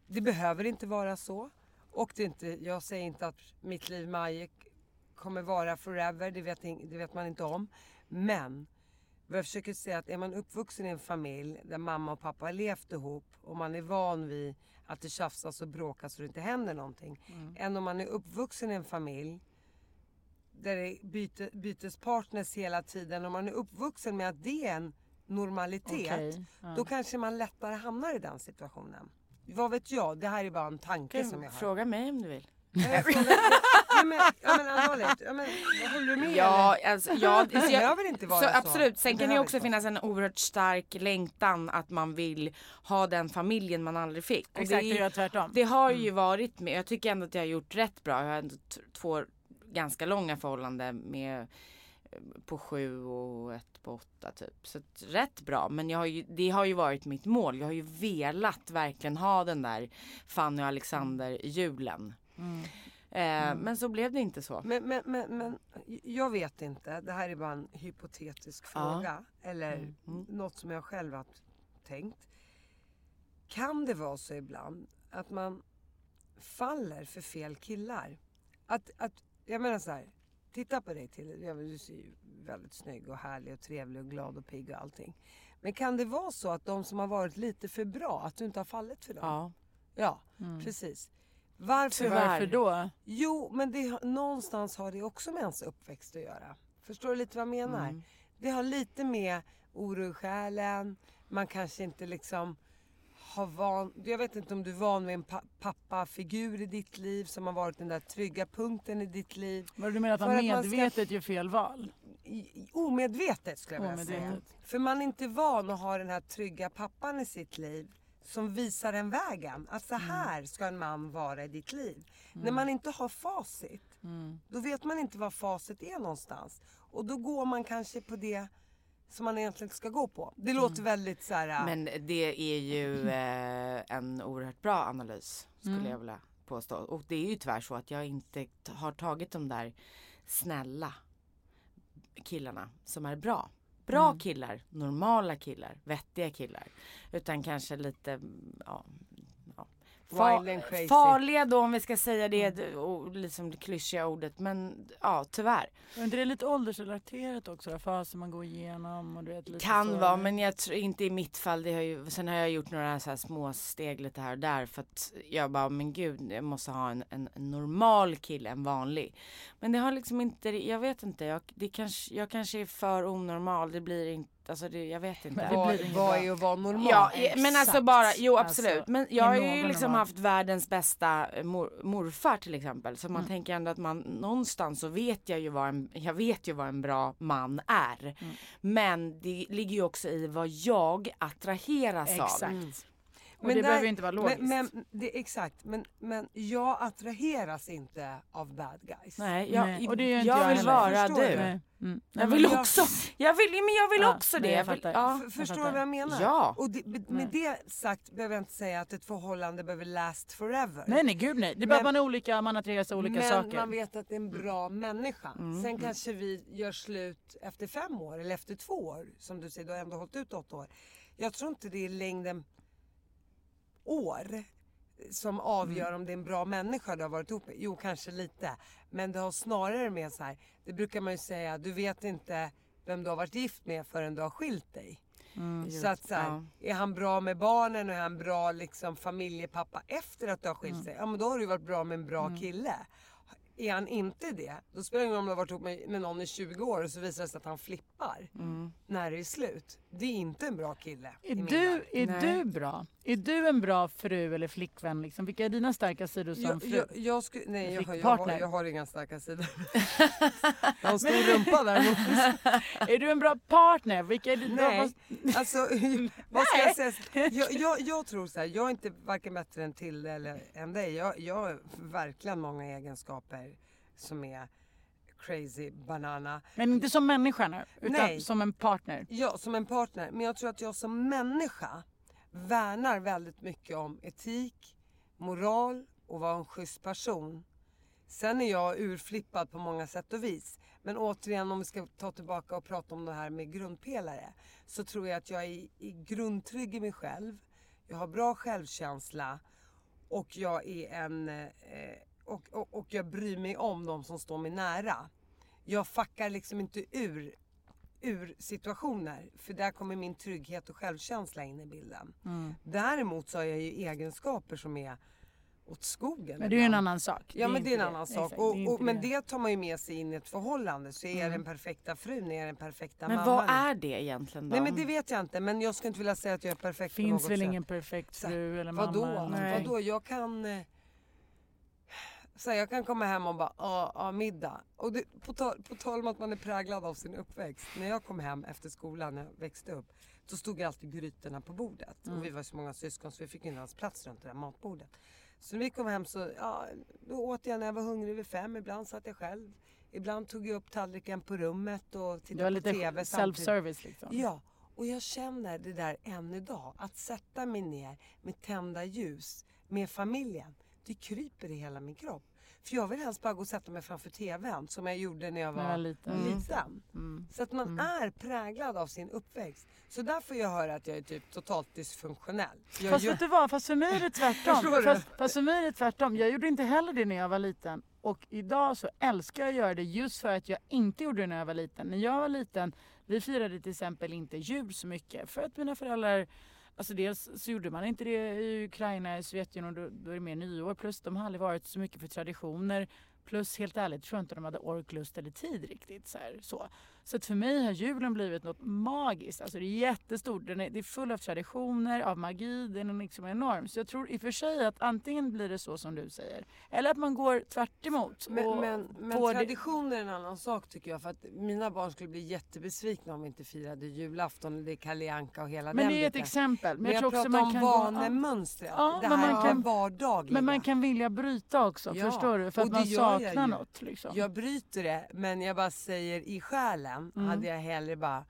Det behöver inte vara så. Och det är inte, jag säger inte att mitt liv med Aje kommer vara forever, det vet, ing- det vet man inte om. Men vad jag försöker säga är att är man uppvuxen i en familj där mamma och pappa har levt ihop och man är van vid att det tjafsas och bråkas och det inte händer någonting.
Mm.
Än om man är uppvuxen i en familj där det är byte, bytespartners hela tiden och man är uppvuxen med att det är en normalitet.
Okej,
Då kanske man lättare hamnar i den situationen. Vad vet jag? Det här är bara en tanke som jag har.
Fråga mig om du vill.
Nej, jag frågar- *laughs* Ja, men, ja, men allvarligt. Ja, men, håller du med?
Ja,
eller?
alltså,
*laughs*
ja,
Det behöver inte vara så.
Absolut, sen
Det
kan det ju
behöver
också
inte
finnas en oerhört stark längtan att man vill ha den familjen man aldrig fick. Och
Exakt,
det,
och
är,
göra tvärtom.
det har ju
Mm.
varit med, jag tycker ändå att jag har gjort rätt bra. Jag har ändå t- två ganska långa förhållanden med eh, på sju och ett på åtta typ. Så att, rätt bra. Men jag har ju, det har ju varit mitt mål. Jag har ju velat verkligen ha den där Fanny och Alexander-julen. Eh, Men så blev det inte så.
Mm. Men, men, men, men jag vet inte. Det här är bara en hypotetisk fråga. Eller något som jag själv har tänkt. Kan det vara så ibland att man faller för fel killar? Att, att, jag menar så här. Titta på dig till. jag menar, Du ser ju väldigt snygg och härlig och trevlig och glad och pigg och allting. Men kan det vara så att de som har varit lite för bra, att du inte har fallit för dem?
Ja.
Ja, precis. Varför?
Varför då?
Jo, men det, har- någonstans har det också med ens uppväxt att göra. Förstår du lite vad jag menar?
Mm.
Det har lite med oro i själen, man kanske inte liksom har van... Jag vet inte om du är van vid en pa- pappafigur i ditt liv som har varit den där trygga punkten i ditt liv.
Vad du menar att
För
han
att man ska-
medvetet gör fel val?
I- i- Omedvetet skulle jag vilja säga.
Omedvetet.
För man är inte van att ha den här trygga pappan i sitt liv som visar en vägen. Att
Mm.
så här ska en man vara i ditt liv. När man inte har facit,
Mm.
då vet man inte vad facit är någonstans. Och då går man kanske på det som man egentligen inte ska gå på.
Mm.
Det låter väldigt så här... äh,
Men det är ju eh, en oerhört bra analys skulle
Mm.
jag vilja påstå. Och det är ju tyvärr så att jag inte t- har tagit de där snälla killarna som är bra. Bra
Mm.
killar, normala killar, vettiga killar. Utan kanske lite, mm, ja. ja.
Wild and crazy.
farliga då om vi ska säga det, d- och liksom det klyschiga ordet. Men ja, tyvärr.
Är inte det lite åldersrelaterat också? Faser man går igenom och du vet lite
Kan
så.
vara, men jag tror inte i mitt fall. Det har ju, sen har jag gjort några så här små steg lite här och där för att jag bara, men gud, jag måste ha en, en normal kille, en vanlig. Men det har liksom inte, jag vet inte, jag, det kanske, jag kanske är för onormal, det blir inte, alltså det, jag vet inte.
det
vad,
blir inget
vad
bra.
är att vara normal?
Ja, eh, men alltså
exakt.
bara, jo
Alltså,
absolut. men
i
jag har ju
någon
liksom
av-
haft världens bästa eh, mor, morfar till exempel. Så man
Mm.
tänker ändå att man någonstans så vet jag ju vad en, jag vet ju vad en bra man är.
Mm.
Men det ligger ju också i vad jag attraheras
Exakt.
av.
Och det behöver ju inte vara logiskt.
Mm. Men, men, det, exakt, men, men jag attraheras inte av bad guys.
Nej, jag,
Nej, och det är ju inte
jag
jag
vill
heller.
vara
Förstår
du.
du?
Nej. Mm.
Jag
Nej,
vill
men jag-
också, jag vill, men jag vill
Ja,
också det.
nej, jag
vill,
fattar.
ja.
F- förstår du
fattar.
vad jag menar?
Ja.
Och det, med med det sagt behöver jag inte säga att ett förhållande behöver last forever.
Nej, nej, gud nej. Det är bara att
Men-
man är olika, man attraheras av olika
men
saker. Mm.
man vet att det är en bra människa. Sen kanske vi gör slut efter fem år eller efter två år. Som du säger, du har ändå hållit ut åtta år. Jag tror inte det är längden år som avgör
Mm.
om det är en bra människa du har varit ihop med. Jo, kanske lite. Men det har snarare med så här, det brukar man ju säga, du vet inte vem du har varit gift med förrän du har skilt dig.
Mm,
Så att så här, är han bra med barnen och är han bra liksom familjepappa efter att du har
Mm.
skilt sig? Ja men då har du ju varit bra med en bra kille. Är han inte det, då spelar det ingen roll om du har varit ihop med, med någon i 20 år och så visar det sig att han flippar när det är slut. Det är inte en bra kille.
Mm. Är
i min
du,
värld.
är du bra? Är du en bra fru eller flickvän? Liksom? Vilka är dina starka sidor som
Jag,
fru?
jag, jag, sku, nej, jag, har- jag, har,
Fickpartner.
jag har inga starka sidor. jag har en stor rumpa däremot.
Är du en bra partner? Vilka är dina...
Nej,
vad-
alltså *laughs* vad ska jag säga? Jag, jag, jag tror så här, jag är inte varken bättre än till eller än dig. Jag, jag har verkligen många egenskaper som är crazy banana.
Men inte som människa nu, utan
Nej.
som en partner.
Ja, som en partner. Men jag tror att jag som människa värnar väldigt mycket om etik, moral och vara en schysst person. Sen är jag urflippad på många sätt och vis. Men återigen, om vi ska ta tillbaka och prata om det här med grundpelare. Så tror jag att jag är, är grundtrygg i mig själv. Jag har bra självkänsla. Och jag är en... eh, Och, och, och jag bryr mig om de som står mig nära. Jag fuckar liksom inte ur ur situationer. För där kommer min trygghet och självkänsla in i bilden.
Mm.
Däremot så har jag ju egenskaper som är åt skogen.
Men det är ju en
ibland.
annan sak.
Ja men det är en
inte
annan sak.
Exakt, det Mm. är
och, och,
inte
men det tar man ju med sig in i ett förhållande. Så är jag den perfekta frun, är jag den perfekta
Men
mamman.
vad är det egentligen då?
Nej men det vet jag inte. Men jag skulle inte vilja säga att jag är perfekt på
finns
något
väl
sätt.
ingen perfekt
Så-
fru eller mamma?
Vadå?
eller någonting.
Nej.
Vadå? Jag kan... eh, Så här, jag kan komma hem och bara, ja, ja, middag. Och det, på, tal, på tal om att man är präglad av sin uppväxt. När jag kom hem efter skolan, när jag växte upp, då stod ju alltid grytorna på bordet.
Mm.
Och vi var så många syskon så vi fick inte ens plats runt det där matbordet. Så när vi kom hem så, ja, då åt jag när jag var hungrig vid fem. Ibland satt jag själv. Ibland tog jag upp tallriken på rummet och
Det var
tittade på TV
lite self-service liksom.
Ja, och jag känner det där än idag. Att sätta mig ner med tända ljus med familjen. Det kryper i hela min kropp. För jag vill helst bara gå och sätta mig framför TVn som jag gjorde när jag var,
jag var liten. Mm.
liten. Så att man är präglad av sin uppväxt. Så där får jag höra att jag är typ totalt dysfunktionell. Jag
Fast
gör-
vet du vad, fast för mig är det tvärtom.
Förstår du?
fast, fast för mig är det tvärtom. Jag gjorde inte heller det när jag var liten. Och idag så älskar jag att göra det just för att jag inte gjorde det när jag var liten. När jag var liten, vi firade till exempel inte jul så mycket för att mina föräldrar Alltså dels så gjorde man inte det i Ukraina, i Sovjetunionen, då, då är det mer nyår. Plus de har aldrig varit så mycket för traditioner. Plus helt ärligt tror jag inte de hade ork, lust eller tid riktigt. Så, här, så. så att för mig har julen blivit något magiskt. Alltså det är jättestort. Den är, det är full av traditioner, av magi. Den är liksom enorm. Så jag tror i och för sig att antingen blir det så som du säger. Eller att man går tvärt emot.
Men,
och
men, men
får det-
traditioner är en annan sak tycker jag. För att mina barn skulle bli jättebesvikna om vi inte firade julafton. och Det är Kalle Anka och hela
Men
den
det är ett
biten.
exempel. Men
Men
jag,
jag,
tror också
pratar
man kan...
om vanemönstret.
Ja,
det
men
här
man
är
kan-
det vardagliga.
Men man kan vilja bryta också,
Ja,
förstår du? För att
och
man
det gör jag
saknar
ju.
något. Liksom.
Jag bryter det, men jag bara säger i själen
Mm.
hade jag hellre bara...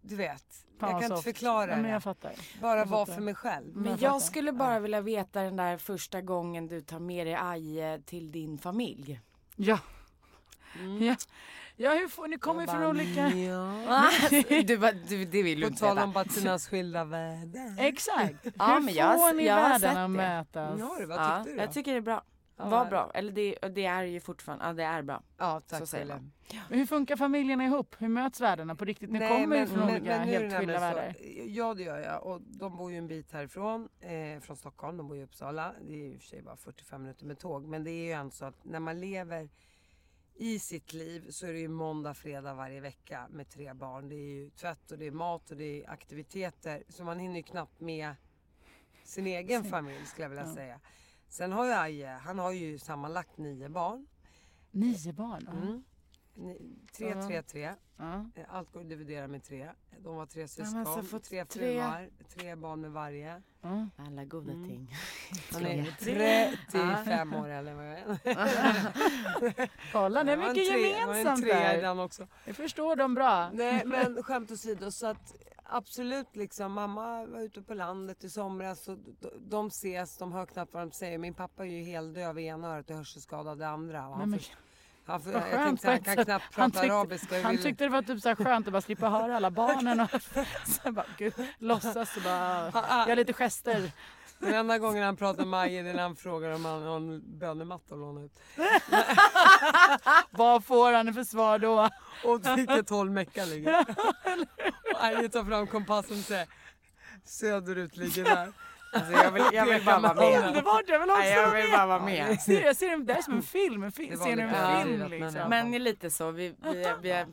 Du vet,
Fan,
jag
vad
kan inte
soft.
förklara
ja, men
det.
jag fattar.
bara
jag Mm.
vara
fattar.
för mig själv.
Men
Men
jag
jag
fattar.
skulle bara vilja veta den där första gången du tar med dig Aje till din familj.
Ja.
Mm.
Ja. ja, hur får ni kommer från olika...
Ah, alltså, du, bara, du, det vill du
På
inte
tal
veta.
om Batinas skilda världar.
Exakt.
Ja,
hur
men
får
jag har-
ni
jag har sett
världarna att
det.
mötas?
Ja, du, vad
Ja,
tyckte du
jag
då?
tycker det är bra. Var bra. Eller det, det är ju fortfarande, ja det är bra.
Ja,
Så
tack
säger
Olle.
man.
Men Hur funkar familjerna ihop? Hur möts världarna på riktigt? Ni kommer ju från olika
nu är det
helt
nämligen
skilda
så- eh,
världar.
Ja, det gör jag. Och de bor ju en bit härifrån, eh, från Stockholm. De bor i Uppsala. Det är i och för sig bara 45 minuter med tåg. Men det är ju ändå så att när man lever i sitt liv så är det ju måndag, fredag varje vecka med tre barn. Det är ju tvätt och det är mat och det är aktiviteter. Så man hinner ju knappt med sin egen familj skulle jag vilja säga. Sen har ju Aje, han har ju sammanlagt nio barn.
Nio barn? ja.
Mm. Ni- Tre,
Ja.
tre, tre.
Ja.
Eh, Allt går att dividera med tre. De var tre
men
syskon,
så
alltså,
har fått
tre
tre-
fruar, tre barn med varje.
Alla goda ting.
Han är 35 år eller vad jag
*laughs*
är.
Kolla, det är
Det var en
mycket
tre- det var en
gemensamt
trea i
där.
den också.
Jag förstår dem bra. *laughs*
Nej men skämt åsido så att absolut liksom mamma var ute på landet i somras och d- de ses, de hör knappt vad de säger. Min pappa är ju helt döv i ena örat och hörselskadad i andra. Och
Nej,
han
men-
för, han för,
*laughs* Vad
jag
skönt
tänkte han
faktiskt.
kan knappt prata
han tyckte,
arabiska. Jag
Han
ville-
tyckte det var typ så här skönt att bara slippa höra alla barnen
*laughs*
och *laughs* sen bara gud, låtsas och bara
Ah,
gör lite gester.
Den enda gången han pratar med Aje det är när han frågar om han har en bönematta att låna ut.
Vad får han för svar då?
Åt vilket håll Mecka *laughs* ligger. Och Aje tar fram kompassen och säger söderut ligger där.
Alltså, jag vill, jag vill bara vara med.
Underbart, jag vill också
Nej, jag
vara
vill
med.
bara vara med.
Ser du, jag ser det där som en film, en
Det
film,
var
ser
lite
en film
överdrivet, men-
liksom.
Men lite så, vi, vi,
*laughs*
vi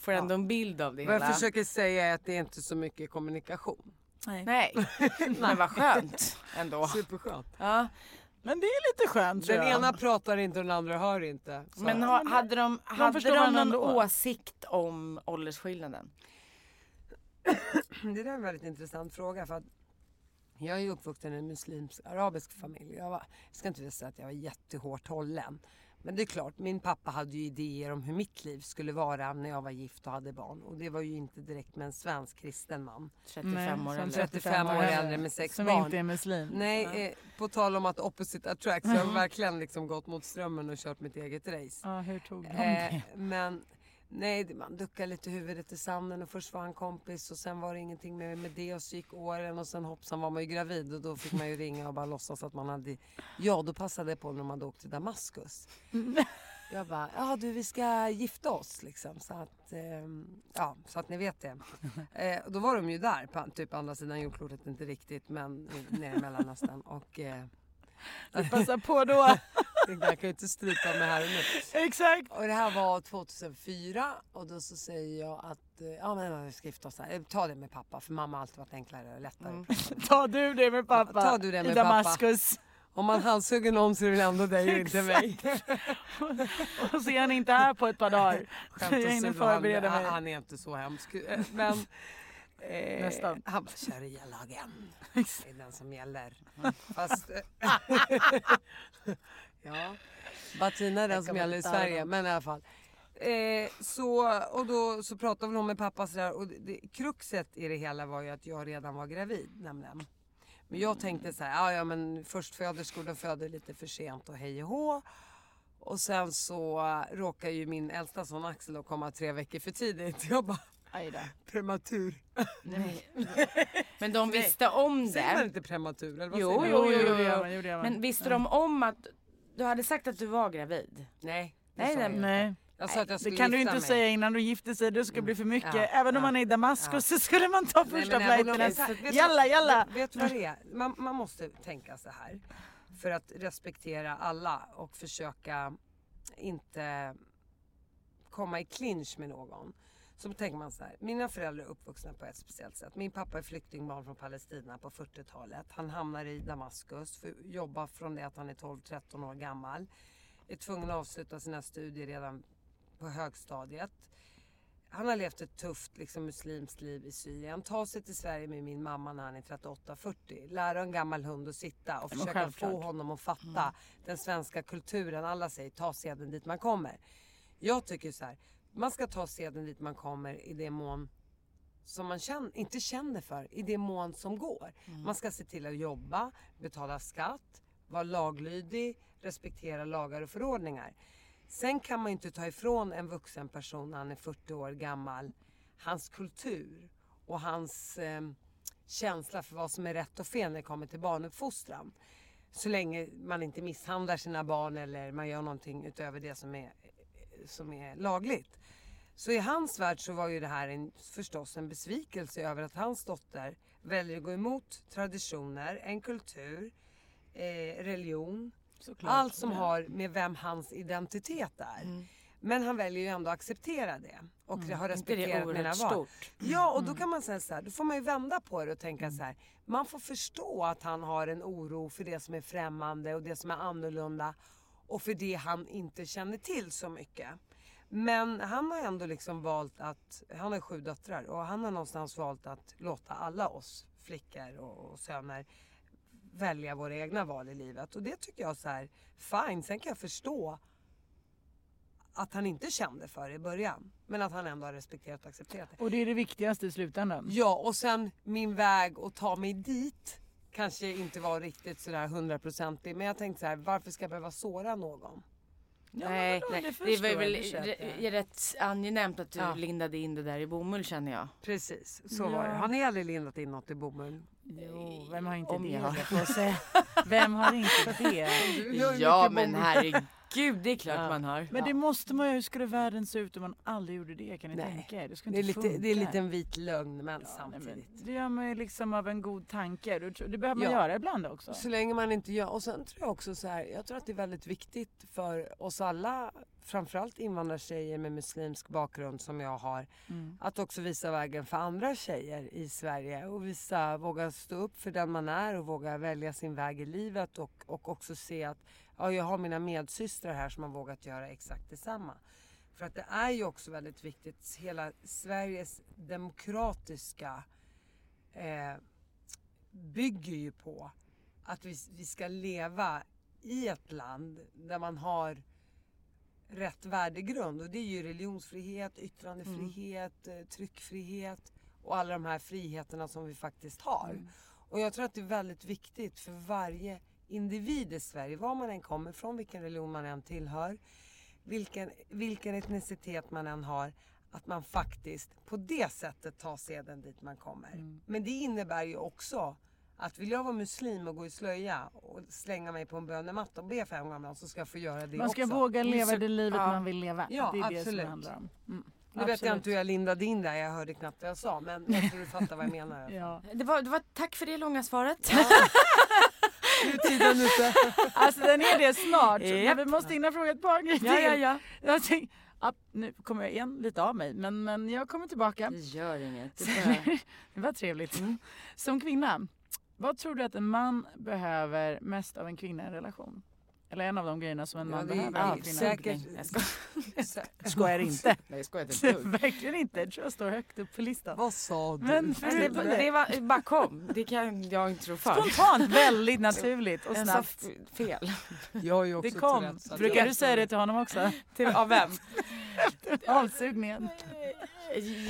får ändå en bild av det
Vad jag
hela.
försöker säga är att det är inte så mycket kommunikation.
*laughs* Nej, men vad skönt ändå.
Superskönt.
Ja.
Men det är lite skönt tror
Den
jag.
ena pratar inte och den andra hör inte. Så.
Men ha, hade de, hade
förstår
de
varandra
någon
ändå.
åsikt om åldersskillnaden?
Mm, Det där är en väldigt intressant fråga. För att jag är ju uppvuxen i en muslimsk arabisk familj. Jag, var, jag ska inte säga att jag var jättehårt hållen. Men det är klart, min pappa hade ju idéer om hur mitt liv skulle vara när jag var gift och hade barn. Och det var ju inte direkt med en svensk kristen man.
35 år
som
eller?
35 år äldre med sex
Som
barn.
inte är muslim.
Nej, eh, på tal om att opposite attracts. Jag har verkligen liksom gått mot strömmen och kört mitt eget race.
Ja, hur tog de det?
Eh, men nej, det- man duckar lite huvudet i sanden och först var han kompis och sen var det ingenting med, med det och så gick åren och sen hoppsan var man ju gravid och då fick man ju ringa och bara låtsas att man hade... Ja, då passade jag på när man hade åkt till Damaskus. Jag bara, ja du vi ska gifta oss liksom så att, ehm, ja, så att ni vet det. Eh, och då var de ju där, på, typ andra sidan jordklotet, inte riktigt men eh, nere i Mellanöstern och eh, *laughs*
Passa på då.
det där kan jag ju inte strypa mig här och nu.
*laughs* Exakt.
Och det här var 2004 och då så säger jag att eh, ja men vi ska gifta oss här. Eh, Ta det med pappa för mamma har alltid varit enklare och lättare. att prata med.
Ta du det med pappa.
Ta du det med
I
pappa.
Damaskus.
Om man halshugger någon så är det väl ändå dig och inte mig.
Och så är han inte här på ett par dagar.
Skämt
jag
åsido,
hinner
han-
förbereda
han,
mig.
Han är inte så hemsk. Eh, Men, *laughs* eh,
Nästan.
Han bara, *laughs* sharia-lagen. Det är den som gäller. Fast... eh, *laughs* ja. Batina är den som gäller i Sverige, men i alla fall. Eh, så, och då så pratade väl hon med pappa sådär och det, det, kruxet i det hela var ju att jag redan var gravid nämligen. Men jag tänkte så här, ja, ja men förstföderskor de föder lite för sent och hej och hå. Och sen så råkar ju min äldsta son Axel då komma tre veckor för tidigt. *laughs* Jag bara,
Aj då.
prematur.
*laughs* Men de visste om
Säger man
det.
inte prematur? Eller vad
Jo,
säger man?
jo, jo,
Jo, jo,
jo,
det gör
jo.
man, jo, det gör man.
Men visste de om att Du hade sagt att du var gravid.
Nej. det
Nej,
sa
nej,
jag.
Nej.
Jag sa att jag
Det
skulle
kan du
gifta
inte
mig. Mm.
säga innan du gifter sig, det skulle bli för mycket.
Ja,
Även om
ja,
man är i Damaskus så skulle man ta
Nej,
första
men jag håller
flighten.
med. Vet du vad-
Jalla, jalla!
Vet- Vet du vad det är? Man, man måste tänka så här. För att respektera alla och försöka inte komma i clinch med någon. Så tänker man så här. Mina föräldrar är uppvuxna på ett speciellt sätt. Min pappa är flyktingbarn från Palestina på 40-talet. Han hamnar i Damaskus, för, jobbar från det att han är 12-13 år gammal. Är tvungen att avsluta sina studier redan på högstadiet han har levt ett tufft liksom, muslimskt liv i Syrien. Ta sig till Sverige med min mamma när han är 38-40. Lära en gammal hund att sitta och försöka
självklart.
få honom att fatta den svenska kulturen. Alla säger ta seden dit man kommer. Jag tycker så här, man ska ta seden dit man kommer i det mån som man känner, inte känner för, i det mån som går. Man ska se till att jobba, betala skatt, vara laglydig, respektera lagar och förordningar. Sen kan man ju inte ta ifrån en vuxen person när han är 40 år gammal hans kultur och hans eh, känsla för vad som är rätt och fel när det kommer till barnuppfostran. Så länge man inte misshandlar sina barn eller man gör någonting utöver det som är, som är lagligt. Så i hans värld så var ju det här en, förstås en besvikelse över att hans dotter väljer att gå emot traditioner, en kultur, eh, religion. Allt som har med vem hans identitet är.
Mm.
Men han väljer ju ändå att acceptera det och har
Inte det är
respekterat mina
oerhört
val.
stort? Mm.
Ja, och då kan man säga så här, då får man ju vända på det och tänka så här. Man får förstå att han har en oro för det som är främmande och det som är annorlunda och för det han inte känner till så mycket. Men han har ändå liksom valt att, han har sju döttrar och han har någonstans valt att låta alla oss flickor och, och söner välja våra egna val i livet. Och det tycker jag så här, fine, sen kan jag förstå att han inte kände för det i början. Men att han ändå har respekterat och accepterat det.
Och det är det viktigaste i slutändan.
Ja, och sen min väg att ta mig dit kanske inte var riktigt sådär hundraprocentig. Men jag tänkte så här, varför ska jag behöva såra någon?
Nej,
vadå,
nej.
det
Det var
förstår
väl
jag, det köper
re- rätt angenämt att du lindade in det där i bomull känner jag.
Precis, så var det. Har ni aldrig lindat in något i bomull?
Jo, vem har inte
Om
det?
jag
höll jag på att säga. Vem har
*laughs*
inte det?
Ja men herregud, *laughs* det är klart man har.
Men det måste man ju, hur skulle världen se ut om man aldrig gjorde det? Kan ni
Nej.
tänka er? Det skulle
Det är,
inte
lite,
funka.
det är lite en vit lögn, men
Nej, men
samtidigt.
Det gör man ju liksom av en god tanke. Det, det behöver man
Ja.
göra ibland också.
Så länge man inte gör. Och sen tror jag också så här, jag tror att det är väldigt viktigt för oss alla, framförallt invandrartjejer med muslimsk bakgrund som jag har, att också visa vägen för andra tjejer i Sverige och visa, våga stå upp för den man är och våga välja sin väg i livet och, och också se att ja, jag har mina medsystrar här som har vågat göra exakt detsamma. För att det är ju också väldigt viktigt, hela Sveriges demokratiska eh, bygger ju på att vi, vi ska leva i ett land där man har rätt värdegrund och det är ju religionsfrihet, yttrandefrihet,
Mm.
eh, tryckfrihet och alla de här friheterna som vi faktiskt har.
Mm.
Och jag tror att det är väldigt viktigt för varje individ i Sverige, var man än kommer från, vilken religion man än tillhör, vilken, vilken etnicitet man än har, att man faktiskt på det sättet tar seden dit man kommer.
Mm.
Men det innebär ju också att vill jag vara muslim och gå i slöja och slänga mig på en bönematta och be fem gånger om så ska jag få göra det
Man ska
också.
våga leva
så-
det livet
ja.
man vill leva.
Ja,
det är det som det
absolut.
handlar om. Mm.
Nu vet jag
Absolut.
inte hur jag lindade in det, jag hörde knappt vad jag sa men jag tror du fattar vad jag menar.
Ja.
Det var, det var, tack för det långa svaret.
Nu är tiden ute.
Alltså den är det snart.
Japp.
Men vi måste hinna fråga ett par grejer
*laughs* Ja, ja, ja.
till. Jag tänk, ja, nu kommer jag igen lite av mig men, men jag kommer tillbaka.
Det gör inget.
*laughs*
Det är *laughs* bara-
det var trevligt.
Mm.
Som kvinna, vad tror du att en man behöver mest av en kvinna i en relation? Eller en av de grejerna som en
Ja,
man
det
behöver av
är
en kvinna.
säkert...
Nej, jag
*laughs*
skojar.
Skojar *laughs* inte.
Nej jag skojar inte ett dugg.
Verkligen inte. Jag tror jag står högt upp på listan.
Vad sa du?
Men
Alltså, Det,
förutom
det, det
det.
var, bara kom. Det kan jag inte tro för. *laughs*
Spontant, väldigt naturligt och
Jag sa
snabbt.
f- fel.
jag har ju
Det
också
kom.
Tourettes, så att
Brukar
jag-
du säga det till honom
*laughs*
också?
Till, av vem?
Avsugningen.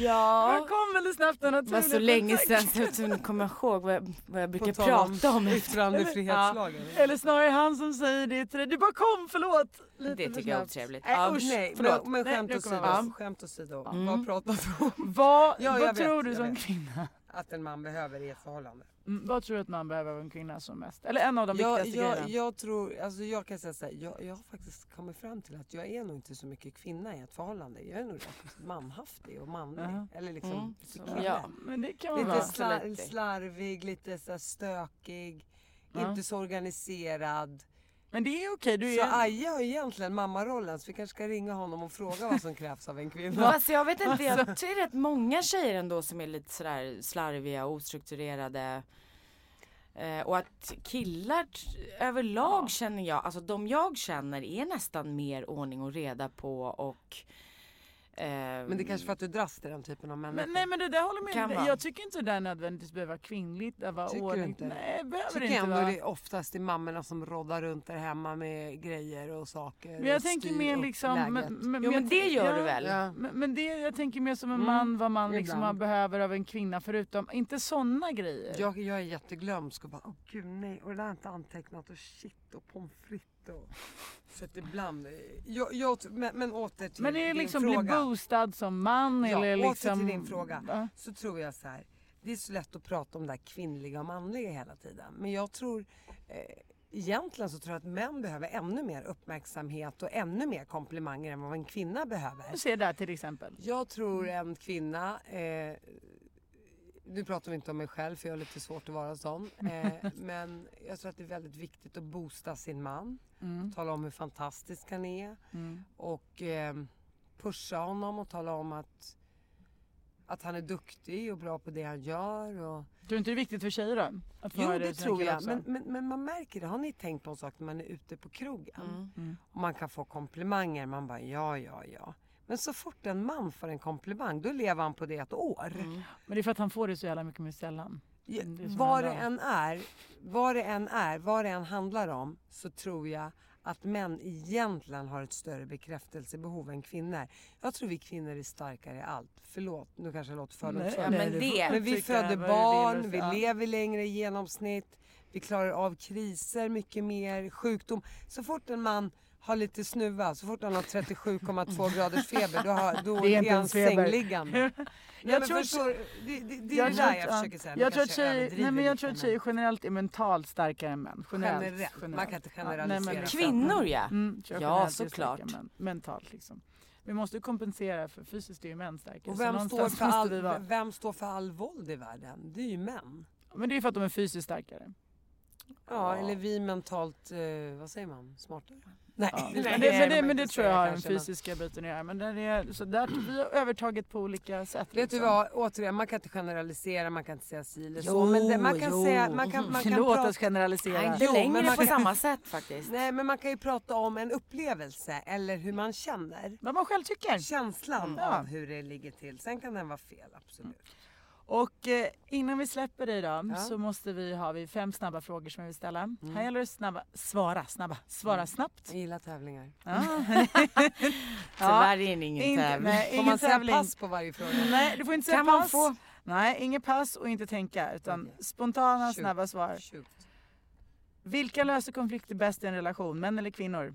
Ja.
Den kom väldigt snabbt och
Det var
naturligt.
så Alltså, länge sedan så att jag kommer ihåg vad jag, vad jag brukar
På tal
prata om.
Yttrandefrihetslagen.
Eller snarare han som säger det till dig. Du bara kom, förlåt. Lite
Det
för
tycker jag är
snabbt.
otrevligt.
Nej,
Ja,
usch,
Nej,
förlåt.
men, men
Nej,
skämt
nu kommer jag Mm. vara-
åsido, skämt åsido. Vad pratar vi om?
Vad,
Ja, jag
vad
vet,
tror du
jag
som
vet.
kvinna?
att en man behöver i ett förhållande?
Mm, vad tror du att man behöver av en kvinna som mest? Eller en av de
jag,
viktigaste
jag,
grejerna?
jag tror, alltså jag kan säga så här, jag, jag har faktiskt kommit fram till att jag är nog inte så mycket kvinna i ett förhållande. Jag är nog rätt manhaftig och manlig.
Jaha.
Eller liksom
Mm,
lite
så-
kille.
*laughs* ja.
Men det kan man
Lite
vara.
Absolut.
sla, slarvig, lite så här stökig,
Ja.
inte så organiserad.
Men det är okej, du
Så
är...
Aja har egentligen mammarollen så vi kanske ska ringa honom och fråga vad som krävs av en
Men
kvinna.
Alltså jag vet inte, jag tror det är rätt många tjejer ändå som är lite sådär slarviga och ostrukturerade. Eh, och att killar t- överlag känner jag, alltså de jag känner är nästan mer ordning och reda på och eh,
Men det är kanske för att du dras till den typen av människor.
Men, nej men det där håller
Kan
med dig.
vara.
Jag tycker inte det där nödvändigtvis behöver vara kvinnligt. Att vara
Tycker du
ordning.
inte?
Nej, behöver
tycker
inte
ändå
vara.
det är oftast det är mammorna som roddar runt där hemma med grejer och saker.
Men jag
och
tänker
styr
mer
upp
liksom... Men,
läget.
men,
Jo
jag
men det
tänk-
gör
ja,
du väl?
Ja. Mm,
Men, men det, jag tänker mer som en man vad man liksom
ibland.
behöver av en kvinna förutom, inte sådana grejer.
Jag, jag är jätteglömsk och bara, åh gud nej, och det där har jag inte antecknat och shit och pommes frites och... Så att ibland, eh, jag, jag, men, men åter till
men är det
din
liksom bli
fråga.
boostad som man
Ja,
eller liksom...
åter till din fråga.
Va?
Så tror jag så här. Det är så lätt att prata om det här kvinnliga och manliga hela tiden. Men jag tror eh, Egentligen så tror jag att män behöver ännu mer uppmärksamhet och ännu mer komplimanger än vad en kvinna behöver.
Du ser där till exempel.
Jag tror en kvinna, eh, nu pratar vi inte om mig själv för jag har lite svårt att vara sån. Eh, men jag tror att det är väldigt viktigt att boosta sin man. Tala om hur fantastisk han är. Och eh, pusha honom och tala om att, att han är duktig och bra på det han gör. Och,
Tror du inte det är viktigt för tjejer då? Att få
Jo,
höra
det
till sina
tror
killar
jag.
också?
Men, men, men man märker det. Har ni tänkt på en sak när man är ute på
Mm.
krogen? Och man kan få komplimanger. Man bara ja, ja, ja. Men så fort en man får en komplimang, då lever han på det ett år.
Men det är för att han får det så jävla mycket mer sällan.
Ja,
Mm, det är som
Vad det
alla-
än är, vad det än är, vad det än handlar om, så tror jag att män egentligen har ett större bekräftelsebehov än kvinnor. Jag tror vi kvinnor är starkare i allt. Förlåt, nu kanske jag låter fördomsfull.
ja, men det-
Men vi
tycker jag vad
föder
du vill
barn,
och
vi
så. Ja.
lever längre i genomsnitt, vi klarar av kriser mycket mer, sjukdom. Så fort en man har lite snuva, så fort han
*laughs*
har 37,2 graders feber, då, har, då
Det är
är,
inte
han
ens feber. *laughs*
sängliggande. Nej, men
tror att-
förstår, det, det, det är
Jag
det
tror
där
att-
jag
ja.
försöker säga. Nu
Jag tror att
kanske jag
tjejer,
överdriver
nej, men jag
lite,
tror att tjejer generellt är mentalt starkare än män. Generellt.
Generellt. Man kan inte
Ja, nej, men
generalisera.
exakt.
Kvinnor ja.
Mm, tror jag
Ja,
generellt är starkare
såklart.
än Män, mentalt liksom. Vi måste kompensera för fysiskt är ju män starkare.
Och
så
vem står,
någonstans
för
måste
all,
vi vara-
vem står för all våld i världen? Det är ju män.
Men det är för att de är fysiskt starkare.
Ja, eller vi mentalt, eh, vad säger man, smartare? Nej,
Ja. men,
nej,
det, men, det,
kan man
men det
inte
tror jag
säga
har den
kanske, men-
fysiska biten att göra. Men där är, så där, vi har övertaget på olika sätt.
Vet du
liksom.
vad, återigen, man kan inte generalisera, man kan inte säga si eller så. Men det, man kan
jo.
säga, man kan, man kan
Låt oss
prata,
generalisera.
Nej, inte
Jo, men
längre
man
på
kan-
samma sätt faktiskt.
nej men man kan ju prata om en upplevelse eller hur man känner.
Vad man själv tycker.
Känslan
Ja. Mm.
av hur det ligger till. Sen kan den vara fel, absolut.
Och eh, innan vi släpper dig då så måste vi ha vi fem snabba frågor som jag vill ställa.
Mm.
Här gäller det snabba, svara snabba, svara snabbt.
Jag gillar tävlingar.
Tyvärr är det ingen
Inte-
tävling.
nej,
Får
ingen
man säga
tävling.
pass på varje fråga?
Nej, du får inte säga
Kan man
pass.
få-
Nej, inget pass och inte tänka utan spontana
Shoot.
snabba svar.
Shoot.
Vilka löser konflikter bäst i en relation, män eller kvinnor?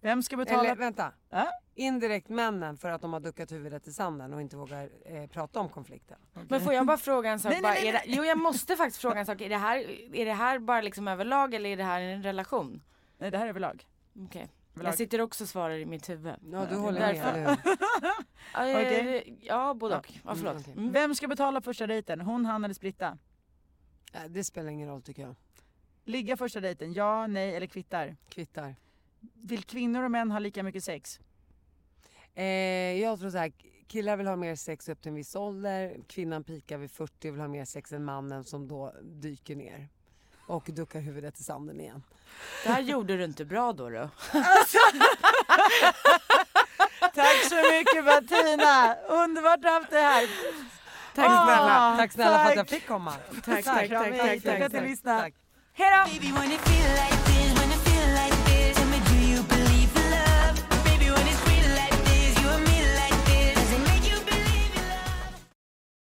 Vem ska betala?
Eller vänta.
Ja?
Indirekt männen för att de har duckat huvudet i sanden och inte vågar eh, prata om konflikten.
Men får jag bara fråga en sak?
Nej, nej,
bara,
nej,
är det, jo jag måste faktiskt fråga en sak. Är det här, är det här bara liksom överlag eller är det här en relation?
Nej, det här är överlag.
Okej.
Överlag.
Jag sitter också och svarar i mitt huvud.
Ja, du håller med,
därför.
eller hur?
*laughs*
Ja,
Okej.
Ja, både och. Ja, förlåt.
okej.
Mm.
Vem ska betala första dejten? Hon, han eller splitta?
Nej, Äh, Det spelar ingen roll tycker jag.
Ligga första dejten? Ja, nej eller kvittar?
Kvittar.
Vill kvinnor och män ha lika mycket sex?
Eh, jag tror så här, killar vill ha mer sex upp till en viss ålder. Kvinnan pikar vid 40 vill ha mer sex än mannen som då dyker ner. Och duckar huvudet i sanden igen.
Det här gjorde du inte bra då. då.
Tack så mycket Martina! Underbart att ha haft dig här.
Tack
Ah,
snälla, tack snälla för att jag
tack.
fick komma.
tack, tack, tack, tack, tack.
Tack, tack, tack.
lyssnade.
tack.
Hej då!
Baby, wanna feel like this, wanna feel